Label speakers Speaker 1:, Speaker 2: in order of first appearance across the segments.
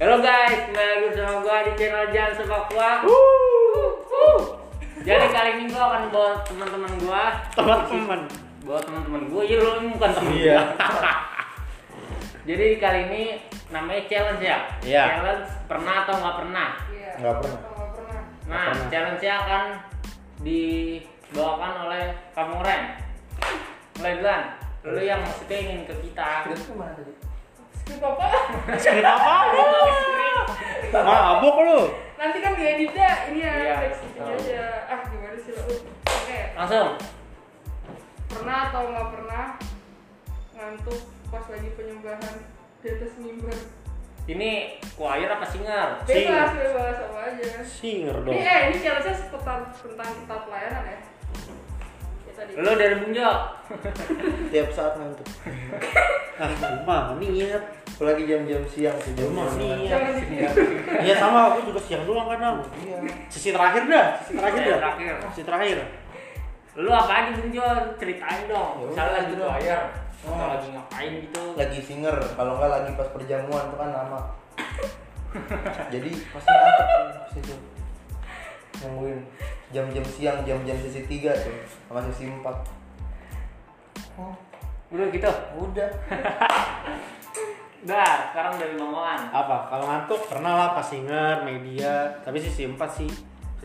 Speaker 1: Halo guys, kembali lagi bersama gua di channel Jan Sepak Gua. Jadi kali ini gua akan bawa teman-teman gua,
Speaker 2: teman-teman
Speaker 1: bawa teman-teman gua. Iya, lu bukan teman.
Speaker 2: Iya.
Speaker 1: gua. Jadi kali ini namanya challenge ya.
Speaker 2: Iya.
Speaker 1: Challenge pernah atau nggak pernah.
Speaker 3: Iya.
Speaker 2: Nggak pernah.
Speaker 3: Nggak pernah.
Speaker 1: Nah,
Speaker 2: pernah.
Speaker 1: challenge-nya akan dibawakan oleh kamu Ren. Mulai duluan. Lu yang maksudnya ingin ke kita.
Speaker 3: Skrip apa?
Speaker 2: skrip apa lu mabuk lu
Speaker 3: Nanti kan dieditnya ini ya,
Speaker 1: Iya,
Speaker 3: teks gitu
Speaker 1: betul.
Speaker 3: aja. Ah, gimana sih lo? Oke,
Speaker 1: Langsung.
Speaker 3: pernah atau nggak pernah ngantuk pas lagi penyembahan di atas mimbar?
Speaker 1: Ini choir apa singer?
Speaker 2: Sing.
Speaker 3: Bebas, bebas apa aja.
Speaker 2: singer
Speaker 3: Ini
Speaker 2: dong
Speaker 3: eh ini challenge-nya seputar tentang kita pelayanan ya. Ya tadi.
Speaker 1: Lu dari Bung Jo.
Speaker 4: tiap saat ngantuk
Speaker 2: ah cuma niat
Speaker 4: apalagi jam-jam siang sih jam
Speaker 2: Emang
Speaker 4: siang
Speaker 2: sih.
Speaker 3: Jangan
Speaker 1: ya.
Speaker 3: dikira.
Speaker 2: iya sama aku juga siang doang kadang
Speaker 4: iya
Speaker 2: sesi terakhir dah sesi terakhir ya?
Speaker 1: Terakhir.
Speaker 2: dah sesi terakhir
Speaker 1: Lu apa aja Bung Jo? Ceritain
Speaker 4: Ya
Speaker 1: dong.
Speaker 4: udah,
Speaker 1: Misalnya lagi
Speaker 4: gitu dong.
Speaker 1: choir
Speaker 4: Oh.
Speaker 1: atau lagi ngapain gitu.
Speaker 4: lagi singer kalau nggak lagi pas perjamuan tuh kan lama jadi pasti ngantuk tuh, pas itu nungguin jam-jam siang jam-jam sesi tiga tuh sama sesi empat oh,
Speaker 1: Udah gitu.
Speaker 4: udah
Speaker 1: Udah, sekarang dari Bang Oan.
Speaker 2: apa kalau ngantuk pernah lah pas singer media tapi sesi empat sih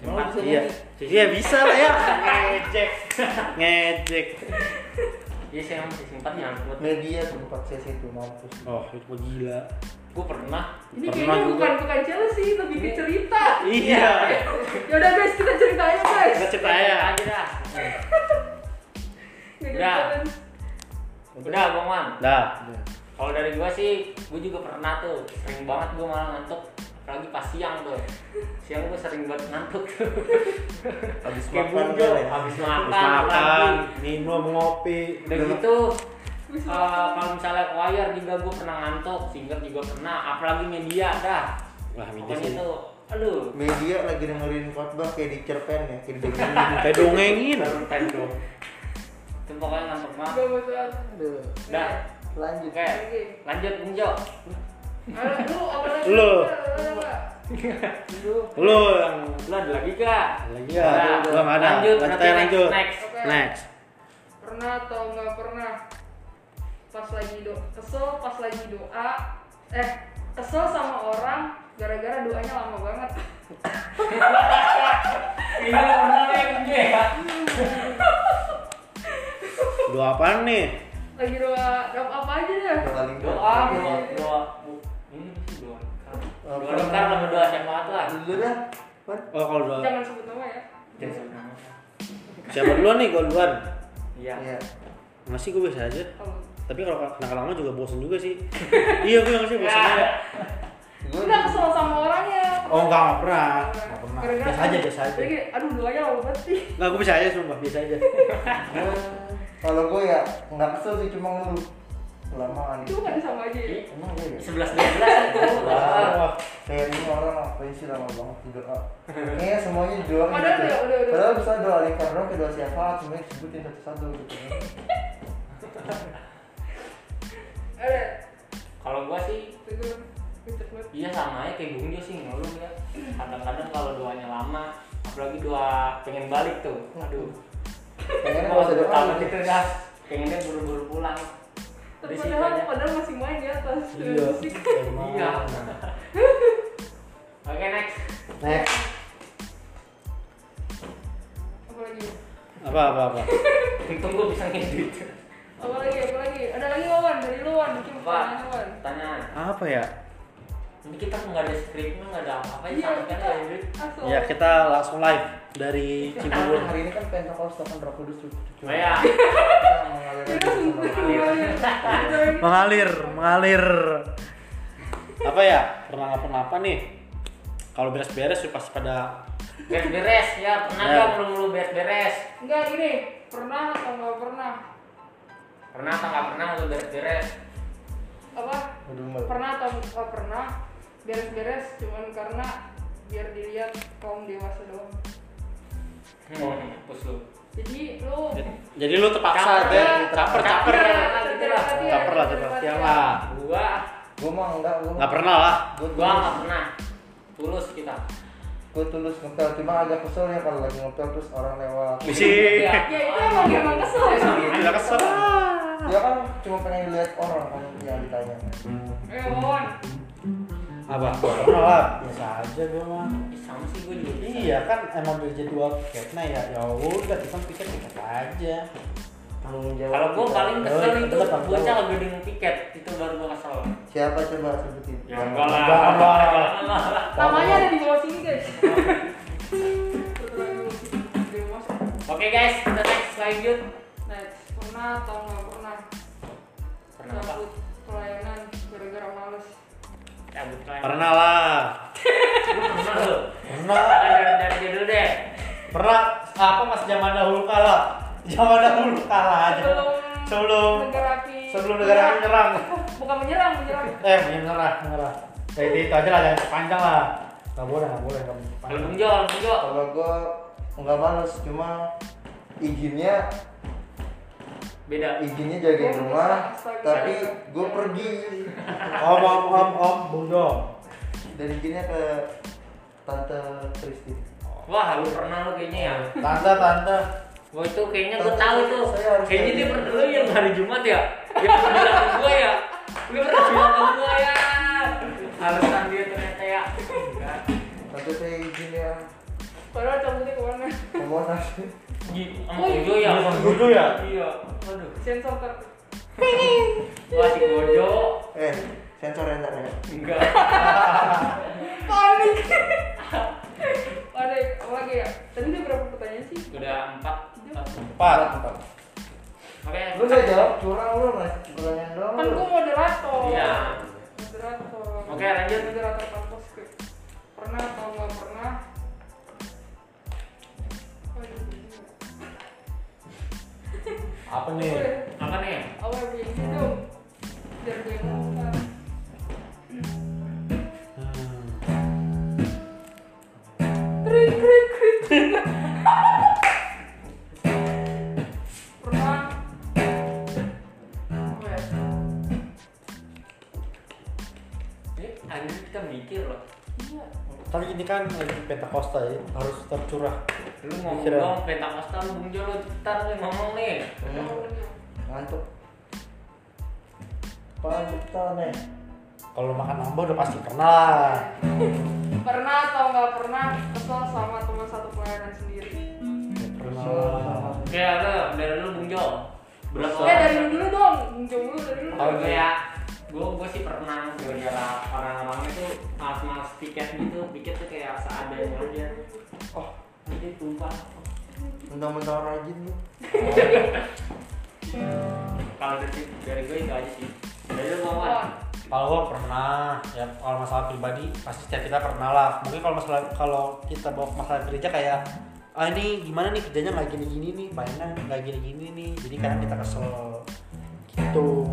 Speaker 4: Emang bisa
Speaker 2: iya
Speaker 4: nyanyi?
Speaker 2: iya bisa lah ya ngejek ngejek
Speaker 1: Iya, saya masih simpan nyangkut.
Speaker 4: media tuh empat sesi tuh mampus
Speaker 2: oh itu mah gila
Speaker 1: Gua pernah.
Speaker 3: Ini
Speaker 2: Pernah
Speaker 3: kayaknya
Speaker 2: juga.
Speaker 3: bukan bukan challenge sih, lebih ke
Speaker 1: Ini-
Speaker 3: cerita.
Speaker 2: iya
Speaker 3: Ya udah guys, kita cerita aja guys.
Speaker 2: kita cerita ya
Speaker 1: Aja dah.
Speaker 3: Nggak jadi
Speaker 1: Udah.
Speaker 3: challenge.
Speaker 1: Udah, Bang Oan.
Speaker 2: dah
Speaker 4: udah
Speaker 1: Kalau dari gua sih, gua juga pernah tuh. Sering banget gua malah ngantuk. Apalagi pas siang tuh. Siang gua sering banget ngantuk.
Speaker 4: habis
Speaker 1: Kayak
Speaker 4: makan
Speaker 1: Bung Jo,
Speaker 4: kan ya
Speaker 1: habis makan.
Speaker 2: Habis makan
Speaker 1: lagi.
Speaker 2: minum ngopi
Speaker 1: Udah gitu eh, kalau misalnya choir juga gue pernah ngantuk, singer juga pernah, apalagi media dah.
Speaker 2: Wah, media
Speaker 1: Pokoknya
Speaker 2: sih.
Speaker 1: itu, aduh,
Speaker 4: media lagi dengerin khotbah kayak di cerpen ya kayak di
Speaker 2: Kayak dongengin.
Speaker 1: dong. itu pokoknya ngantuk banget.
Speaker 3: Gak masalah.
Speaker 4: Aduh,
Speaker 1: Dah,
Speaker 4: lanjut
Speaker 1: oke,
Speaker 3: Oke.
Speaker 1: lanjut Bung Jo.
Speaker 3: Halo, lu apa lagi?
Speaker 2: Lu.
Speaker 3: Lu, apa?
Speaker 2: Lu yang
Speaker 1: Lu ada lagi gak?
Speaker 2: lagi
Speaker 1: Udah,
Speaker 2: ya, belum ada.
Speaker 1: Lanjut,
Speaker 2: Lanjut
Speaker 1: berarti
Speaker 2: aja,
Speaker 1: next,
Speaker 2: lanjut.
Speaker 1: next.
Speaker 3: Oke.
Speaker 2: Next.
Speaker 3: Pernah atau nggak pernah? Pas lagi do kesel, pas lagi doa, eh kesel sama orang gara-gara doanya lama banget.
Speaker 1: Ini lu bener ya Bung Jo ya?
Speaker 2: Dua apaan nih?
Speaker 3: Lagi doa, doa apa aja dah?
Speaker 4: paling
Speaker 1: Doa, doa, doa. Ini sih doa. Doa lengkar sama doa syafaat lah.
Speaker 4: dulu dah Wan.
Speaker 2: Oh, kalau dua.
Speaker 3: Jangan sebut nama ya.
Speaker 1: Jangan sebut nama.
Speaker 2: Siapa duluan nih? Gua duluan.
Speaker 1: Iya.
Speaker 4: Iya.
Speaker 2: Masih gue biasa aja.
Speaker 3: Kalau
Speaker 2: Tapi kalau kenal lama juga bosen juga sih. iya, gue yang sih bosen
Speaker 1: Ya.
Speaker 2: juga.
Speaker 4: Gua
Speaker 3: Enggak kesel sama orangnya.
Speaker 2: Oh, enggak, enggak pernah.
Speaker 3: Sama
Speaker 2: Enggak pernah.
Speaker 3: orang. Gara-gara-
Speaker 2: Biasa aja, biasa aja.
Speaker 3: Jadi kayak, Aduh, doanya lama banget sih.
Speaker 2: Enggak, gue biasa aja sumpah, biasa aja.
Speaker 4: gua- kalau gue ya nggak kesel sih cuma ngeluh kelamaan
Speaker 3: Itu bukan sama aja
Speaker 2: Iya.
Speaker 3: ya.
Speaker 4: emang gue ya
Speaker 1: Sebelas dua belas itu.
Speaker 4: Wah, wah. kayak ini orang ngapain sih lama banget di doa kayaknya semuanya di doa
Speaker 3: Padahal
Speaker 4: gitu.
Speaker 3: ya, udah, udah.
Speaker 4: padahal bisa doa lingkar doang kayak doa siapa semuanya disebutin satu-satu gitu
Speaker 3: Ada.
Speaker 1: Kalau gua sih
Speaker 3: Tunggu. Pucat banget.
Speaker 1: Iya sama aja kayak Bung Jo sih ngeluh ya. Kadang-kadang kalau doanya lama, apalagi doa pengen balik tuh. Aduh.
Speaker 4: pengennya
Speaker 1: Kalau
Speaker 4: nggak usah
Speaker 1: udah
Speaker 4: doa
Speaker 1: tamat
Speaker 4: gitu
Speaker 1: itu dah pengennya buru-buru pulang. Dari situ
Speaker 3: Padahal,
Speaker 1: aja.
Speaker 3: padahal masih main di atas.
Speaker 2: Iya.
Speaker 3: Musik.
Speaker 1: Iya. Oke next.
Speaker 2: Next.
Speaker 3: Apalagi?
Speaker 2: Apa apa apa.
Speaker 1: Untung gue bisa ngedit.
Speaker 3: Apalagi? Apalagi? Ada lagi Wawan dari lu Wan, bikin
Speaker 1: Apa?
Speaker 3: pertanyaan Wan.
Speaker 1: Pertanyaan.
Speaker 2: Apa ya?
Speaker 1: Ini kita nggak ada skripnya, nggak ada apa-apa ya
Speaker 3: Iya,
Speaker 1: sama kan
Speaker 3: kita
Speaker 1: ya Indri?
Speaker 3: asal.
Speaker 2: Ya, kita langsung live dari
Speaker 4: Kan
Speaker 2: Cibubur.
Speaker 4: hari ini kan Pentakosta kan Roh Kudus tuh
Speaker 1: Oh ya.
Speaker 3: Kita
Speaker 4: gitu
Speaker 3: sungguh semuanya.
Speaker 2: mengalir mengalir apa ya pernah ngapa apa nih kalau beres-beres sih pasti pada
Speaker 1: Beres-beres ya, pernah
Speaker 2: Ya.
Speaker 1: nggak mulu-mulu beres-beres?
Speaker 3: Enggak gini, pernah atau nggak pernah?
Speaker 1: Pernah atau nggak pernah lu beres-beres?
Speaker 3: Apa?
Speaker 4: Udah mulai.
Speaker 3: Pernah atau nggak pernah? Beres-beres cuman karena biar dilihat kaum dewasa doang.
Speaker 1: Hmm, pus lu.
Speaker 3: Jadi lu Iya,
Speaker 2: jadi lu terpaksa
Speaker 1: Caper
Speaker 2: deh
Speaker 3: lah.
Speaker 2: caper caper
Speaker 1: Caper.
Speaker 3: Iya,
Speaker 1: gitu lah.
Speaker 3: cerita-cerita dia,
Speaker 2: caper lah
Speaker 3: cerita-cerita
Speaker 2: caper
Speaker 3: dia.
Speaker 2: siang lah
Speaker 1: Gua
Speaker 4: Gue mah enggak, gue
Speaker 2: Nggak pernah lah.
Speaker 4: Gue
Speaker 1: gua
Speaker 4: tulus,
Speaker 1: nggak pernah tulus kita
Speaker 4: gue tulus ngepel, cuma agak kesel ya kalau lagi ngepel terus orang lewat.
Speaker 2: Misi.
Speaker 1: Ya.
Speaker 3: ya itu emang emang kesel ya
Speaker 1: Iya.
Speaker 2: Tidak kesel.
Speaker 4: Dia kan cuma pengen lihat orang kan yang ditanya.
Speaker 3: Eh, mohon
Speaker 2: Apa? Pernah lah.
Speaker 5: biasa aja gue mah
Speaker 1: Ih, sama sih gue juga bisa.
Speaker 5: iya kan emang udah jadwal tiketnya ya ya udah kita tiket tiket aja
Speaker 4: Tanggung jawab.
Speaker 1: kalau gue
Speaker 4: kita.
Speaker 1: paling kesel
Speaker 4: Iya,
Speaker 5: Yoi,
Speaker 1: itu
Speaker 5: tetep aku.
Speaker 1: bocah nggak dengan tiket itu baru gue kesel
Speaker 4: Siapa coba sebutin?
Speaker 1: ya enggak lah
Speaker 5: Jangan lah.
Speaker 1: Jangan lah.
Speaker 3: namanya ada di bawah sini guys Terlalu dewasa.
Speaker 1: oke guys kita next lanjut
Speaker 3: Next, Nah, pernah atau nggak pernah
Speaker 1: pernah apa
Speaker 3: cabut pelayanan gara-gara males
Speaker 1: cabut kalian
Speaker 2: Pernah lah.
Speaker 1: pernah lo
Speaker 2: Pernah.
Speaker 1: dari dari dia dulu deh
Speaker 2: Pernah apa mas zaman dahulu kala? Zaman dahulu kala aja. Sebelum
Speaker 3: sebelum negara api
Speaker 2: sebelum negara
Speaker 3: menyerang.
Speaker 2: menyerang.
Speaker 3: bukan menyerang menyerang
Speaker 2: Eh menyerah menyerah. Jadi itu aja lah jangan panjang lah. Gak boleh gak boleh gak boleh.
Speaker 1: kalau bung jol bung jol
Speaker 4: Kalau gue enggak males, cuma izinnya
Speaker 1: beda
Speaker 4: izinnya jagain rumah, tapi gue pergi
Speaker 2: Om om om om bung dong.
Speaker 4: dan izinnya ke tante Kristi.
Speaker 1: wah lu pernah lo kayaknya ya
Speaker 2: Tante tante.
Speaker 1: Wah itu kayaknya gue
Speaker 4: Tapi
Speaker 1: tahu tuh.
Speaker 4: saya harus
Speaker 1: Kayaknya
Speaker 4: jadi-
Speaker 1: dia pernah lu yang hari Jumat ya. Dia pernah bilang ke gue ya. Dia pernah bilang ke gue ya. Alasan dia ternyata ya.
Speaker 4: Tante saya izin ya,
Speaker 3: padahal cabutnya kemana
Speaker 4: kemana
Speaker 1: Gitu.
Speaker 3: Oh,
Speaker 1: Sama Gojo ya.
Speaker 2: Sama Gojo ya?
Speaker 1: Iya. Waduh.
Speaker 3: sensor kartu
Speaker 1: Wah si Gojo.
Speaker 4: Eh, sensor ya ntar ya.
Speaker 1: Enggak.
Speaker 3: panik ada apa lagi ya tadi udah berapa pertanyaan sih
Speaker 1: Udah empat. empat.
Speaker 2: Empat.
Speaker 4: Empat.
Speaker 1: Oke.
Speaker 4: Lu nggak jawab curang lu mas, pertanyaan doang.
Speaker 3: kan
Speaker 4: lu.
Speaker 3: gue moderator
Speaker 1: Iya.
Speaker 3: moderator
Speaker 1: Oke, lanjut.
Speaker 3: moderator kampus gue. pernah atau nggak pernah Aduh, gila.
Speaker 2: Apa
Speaker 3: Gue,
Speaker 2: nih?
Speaker 1: Apa nih?
Speaker 3: awal gue ini dong biar gue ngomong
Speaker 2: Hmm.
Speaker 3: krik krik krik pernah Apa ya?
Speaker 1: Ini Eh, anjing kita mikir loh.
Speaker 3: Iya.
Speaker 5: tapi ini kan lagi pentakosta ya harus tercurah
Speaker 1: Lu ngomong
Speaker 5: Pikiran.
Speaker 1: dong Pentakosta lu Bung Jo lu ntar lu ngomong nih.
Speaker 4: Hmm,
Speaker 3: Tahu lu.
Speaker 4: Ngantuk. Apaan kita nih?
Speaker 5: kalau makan nambah udah pasti kena lah
Speaker 3: pernah atau nggak pernah kesel sama teman satu pelayanan sendiri
Speaker 5: pernah
Speaker 4: Kesel sama-
Speaker 1: Oke, lu dari lu Bung Jo. Berapa?
Speaker 4: Eh,
Speaker 3: ya dari lu dulu dong jom dulu dari lu
Speaker 1: kalau gue ya gue gue sih pernah gara-gara orang-orang itu malas-malas tiket gitu tiket tuh kayak seadanya aja oh nanti tumpah
Speaker 4: Mentang-mentang rajin lu.
Speaker 1: kalau dari dari gue itu aja sih dari lu mau
Speaker 3: Mohon.
Speaker 1: apa
Speaker 5: kalau gua pernah ya kalau masalah pribadi pasti setiap kita pernah lah mungkin kalau masalah kalau kita bawa ke masalah gereja kayak ah ini gimana nih kerjanya nggak gini gini nih mainan nggak gini gini nih jadi kadang kita kesel gitu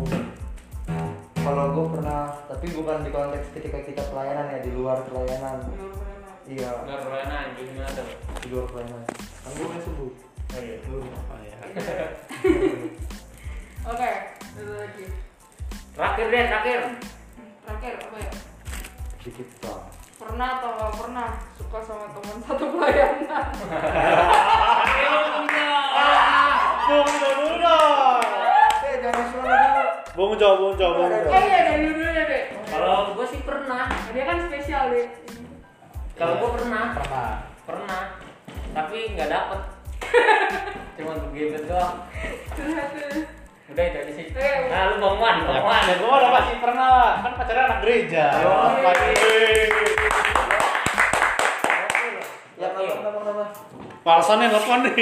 Speaker 4: Kalau gue pernah, tapi bukan di konteks ketika kita pelayanan ya di luar pelayanan.
Speaker 3: Di luar pelayanan.
Speaker 4: Iya,
Speaker 1: nggak pernah anjing gimana tuh
Speaker 4: di luar pelayanan. Kan gue main subuh.
Speaker 1: oh iya
Speaker 4: Lu.
Speaker 5: oh, ya.
Speaker 3: oke ada lagi
Speaker 1: terakhir deh terakhir
Speaker 3: terakhir apa ya
Speaker 4: Dikit doang.
Speaker 3: pernah atau nggak pernah suka sama teman satu pelayanan
Speaker 1: ayo Bung Jo
Speaker 2: Bung Jo bung dong.
Speaker 4: Eh, jangan suara dulu.
Speaker 2: Bung Jo bung Jo bung Jo.
Speaker 3: eh iya dari lu dulu ya deh
Speaker 1: kalau gue sih pernah
Speaker 3: dia kan spesial deh
Speaker 1: kalau gue pernah
Speaker 5: pernah
Speaker 1: pernah tapi nggak dapet cuma begitu doang
Speaker 3: curhat deh.
Speaker 1: udah itu aja sih
Speaker 3: Oke.
Speaker 1: nah lu bang Wan bang Wan
Speaker 2: Ya gua udah pasti pernah lah. Kan pacarnya anak gereja.
Speaker 1: Oh,
Speaker 2: Pasti.
Speaker 4: Ya,
Speaker 1: Iya.
Speaker 4: kenapa, kenapa, kenapa?
Speaker 2: Palsan nih telepon nih.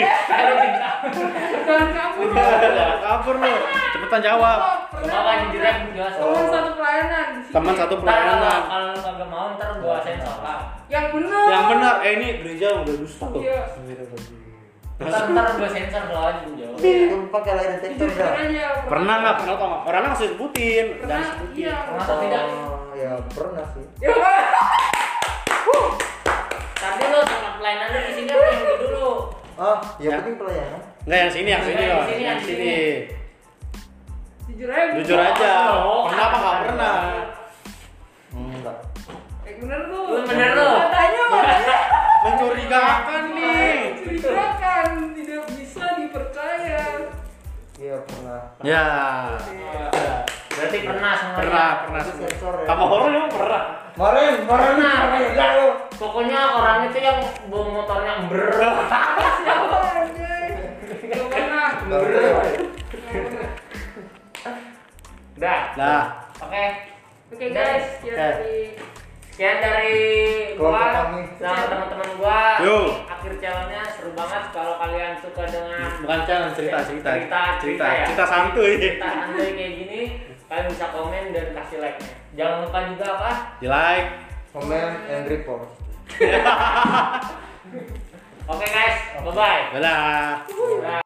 Speaker 3: jangan kabur lu.
Speaker 2: Jangan kabur lu. Cepetan jawab.
Speaker 1: Gak apa-apa, jujur aja, jelas.
Speaker 3: teman satu pelayanan di sini.
Speaker 2: Teman satu
Speaker 1: Ntar kalau
Speaker 2: pelayanan.
Speaker 1: kalau lu kagak mau ntar gua sensor lah.
Speaker 3: yang benar
Speaker 2: Yang benar, eh ini gereja udah dusta loh.
Speaker 3: iya
Speaker 1: Ntar ntar gua sensor lo aja jauh.
Speaker 4: Lu Iya, pakai layar detektor
Speaker 3: jujur
Speaker 4: dah.
Speaker 3: aja
Speaker 2: Pernah nggak? Pernah tau nggak? Orangnya nggak usah sebutin.
Speaker 3: pernah
Speaker 2: Jangan sebutin.
Speaker 3: iya
Speaker 1: Pernah atau tidak?
Speaker 4: Oh, ya pernah sih.
Speaker 3: Ya,
Speaker 1: Tadi lo sama pelayanan lu di sini apa yang itu dulu?
Speaker 4: Ah, yang
Speaker 2: Ya.
Speaker 4: penting pelayanan.
Speaker 2: Nggak yang sini, yang sini
Speaker 1: Yang
Speaker 2: loh.
Speaker 1: sini, yang
Speaker 2: Yang sini.
Speaker 1: sini.
Speaker 3: jujur aja
Speaker 2: Jujur aja.
Speaker 1: Oh,
Speaker 2: Pernah apa nggak
Speaker 1: kan.
Speaker 2: pernah?
Speaker 3: bener tuh
Speaker 1: Bener tuh. Iya.
Speaker 3: matanya matanya
Speaker 2: mencurigakan nih
Speaker 3: mencurigakan tidak bisa dipercaya
Speaker 4: Iya pernah.
Speaker 2: ya
Speaker 1: Eh, berarti pernah semuanya
Speaker 2: pernah pernah
Speaker 4: Itu sensor ya.
Speaker 2: sama horor emang pernah
Speaker 4: Kemarin, kemarin
Speaker 1: Pernah.
Speaker 4: kemarin enggak lu.
Speaker 1: pokoknya orang itu yang bawa motornya ember
Speaker 3: siapa anjing gak pernah
Speaker 4: Nggak boleh.
Speaker 1: dah
Speaker 2: nah
Speaker 1: oke
Speaker 3: oke guys sekian
Speaker 2: Oke.
Speaker 3: dari
Speaker 1: sekian dari
Speaker 4: Kelompok
Speaker 1: gua
Speaker 4: kami.
Speaker 1: sama teman-teman gua
Speaker 2: Yo.
Speaker 1: akhir challenge-nya seru banget kalau kalian suka dengan
Speaker 2: bukan challenge cerita cerita
Speaker 1: Nah. cerita cerita,
Speaker 2: cerita,
Speaker 1: ya.
Speaker 2: cerita santuy
Speaker 1: cerita santuy kayak gini kalian bisa komen dan kasih like nya jangan lupa juga apa
Speaker 2: di like
Speaker 4: Comment and report.
Speaker 1: oke guys bye bye
Speaker 2: dadah
Speaker 1: Bye.